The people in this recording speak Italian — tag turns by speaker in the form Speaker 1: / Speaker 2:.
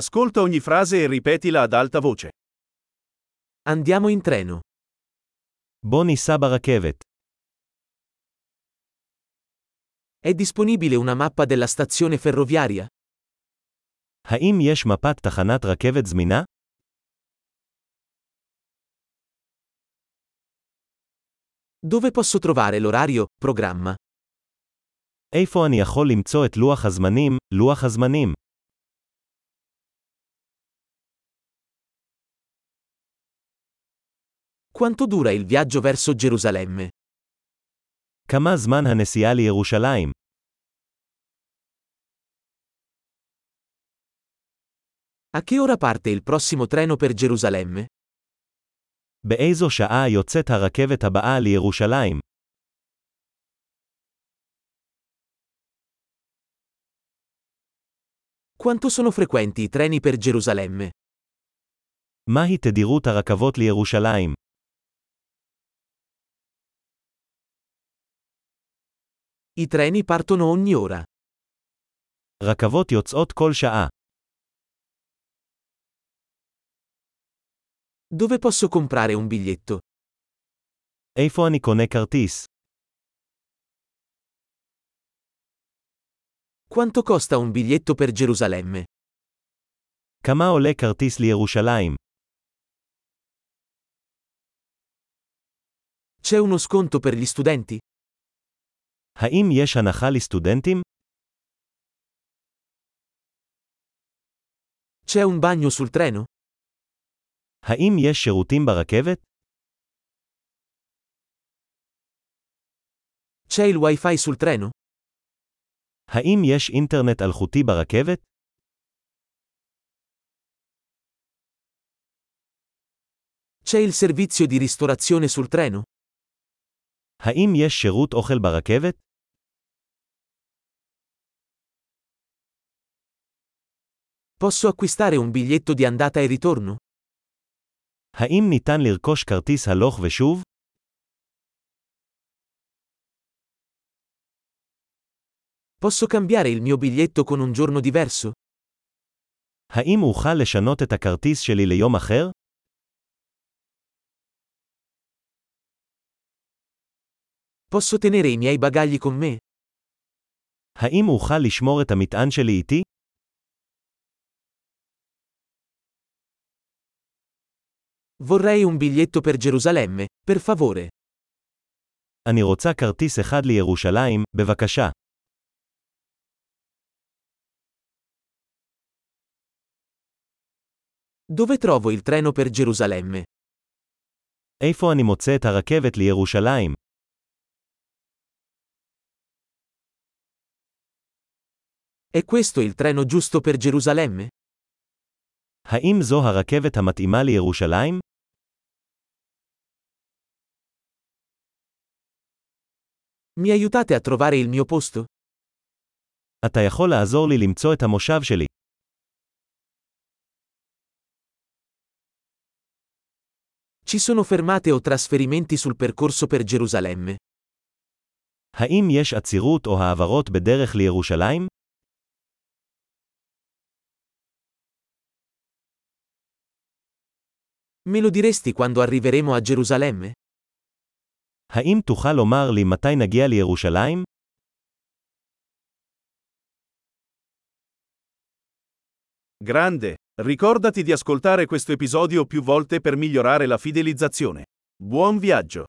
Speaker 1: Ascolta ogni frase e ripetila ad alta voce.
Speaker 2: Andiamo in treno.
Speaker 3: בוא ניסע ברכבת.
Speaker 2: È disponibile una mappa della stazione ferroviaria?
Speaker 3: האם יש מפת תחנת רכבת זמינה?
Speaker 2: Dove posso trovare l'orario, programma?
Speaker 3: איפה אני יכול למצוא את לוח הזמנים, לוח הזמנים?
Speaker 2: Quanto dura il viaggio verso Gerusalemme?
Speaker 3: כמה זמן הנסיעה לירושלים?
Speaker 2: A che ora parte il prossimo treno per Gerusalemme?
Speaker 3: באיזו שעה יוצאת הרכבת הבאה לירושלים?
Speaker 2: Quanto sono frequenti i treni per Gerusalemme?
Speaker 3: מהי תדירות הרכבות לירושלים?
Speaker 2: I treni partono ogni ora.
Speaker 3: רכבות יוצאות כל שעה.
Speaker 2: Dove posso comprare un biglietto?
Speaker 3: איפה אני קונה כרטיס?
Speaker 2: Quanto costa un biglietto per Gerusalemme?
Speaker 3: כמה עולה כרטיס לירושלים?
Speaker 2: C'è uno sconto per gli studenti?
Speaker 3: האם יש הנחה לסטודנטים?
Speaker 2: C'è un bagno sul treno?
Speaker 3: האם יש שירותים ברכבת?
Speaker 2: C'è il wifi sul treno?
Speaker 3: האם יש אינטרנט אלחוטי ברכבת?
Speaker 2: C'è il servizio di ristorazione sul treno?
Speaker 3: האם יש שירות אוכל ברכבת?
Speaker 2: Posso acquistare un biglietto di andata e ritorno?
Speaker 3: האם ניתן לרכוש כרטיס הלוך ושוב?
Speaker 2: Posso cambiare il mio biglietto con un giorno diverso?
Speaker 3: האם אוכל לשנות את הכרטיס שלי ליום אחר?
Speaker 2: Posso tenere i miei bagagli con me?
Speaker 3: האם אוכל לשמור את המטען שלי איתי?
Speaker 2: Vorrei un biglietto per Gerusalemme, per favore.
Speaker 3: אני רוצה כרטיס אחד לירושלים, בבקשה.
Speaker 2: Dove trovo il treno per Gerusalemme?
Speaker 3: איפה אני מוצא את הרכבת לירושלים?
Speaker 2: È questo il treno giusto per Gerusalemme?
Speaker 3: האם זו הרכבת המתאימה לירושלים?
Speaker 2: Mi aiutate a trovare il mio posto?
Speaker 3: אתה יכול לעזור לי למצוא את המושב שלי.
Speaker 2: Ci sono fermate o trasferimenti sul percorso per Gerusalemme?
Speaker 3: האם יש עצירות או העברות בדרך לירושלים?
Speaker 2: Me lo diresti quando arriveremo a Gerusalemme?
Speaker 3: האם תוכל לומר לי מתי נגיע לירושלים?
Speaker 1: Grande. Ricordati di ascoltare questo episodio più volte per migliorare la fidelizzazione. Buon viaggio!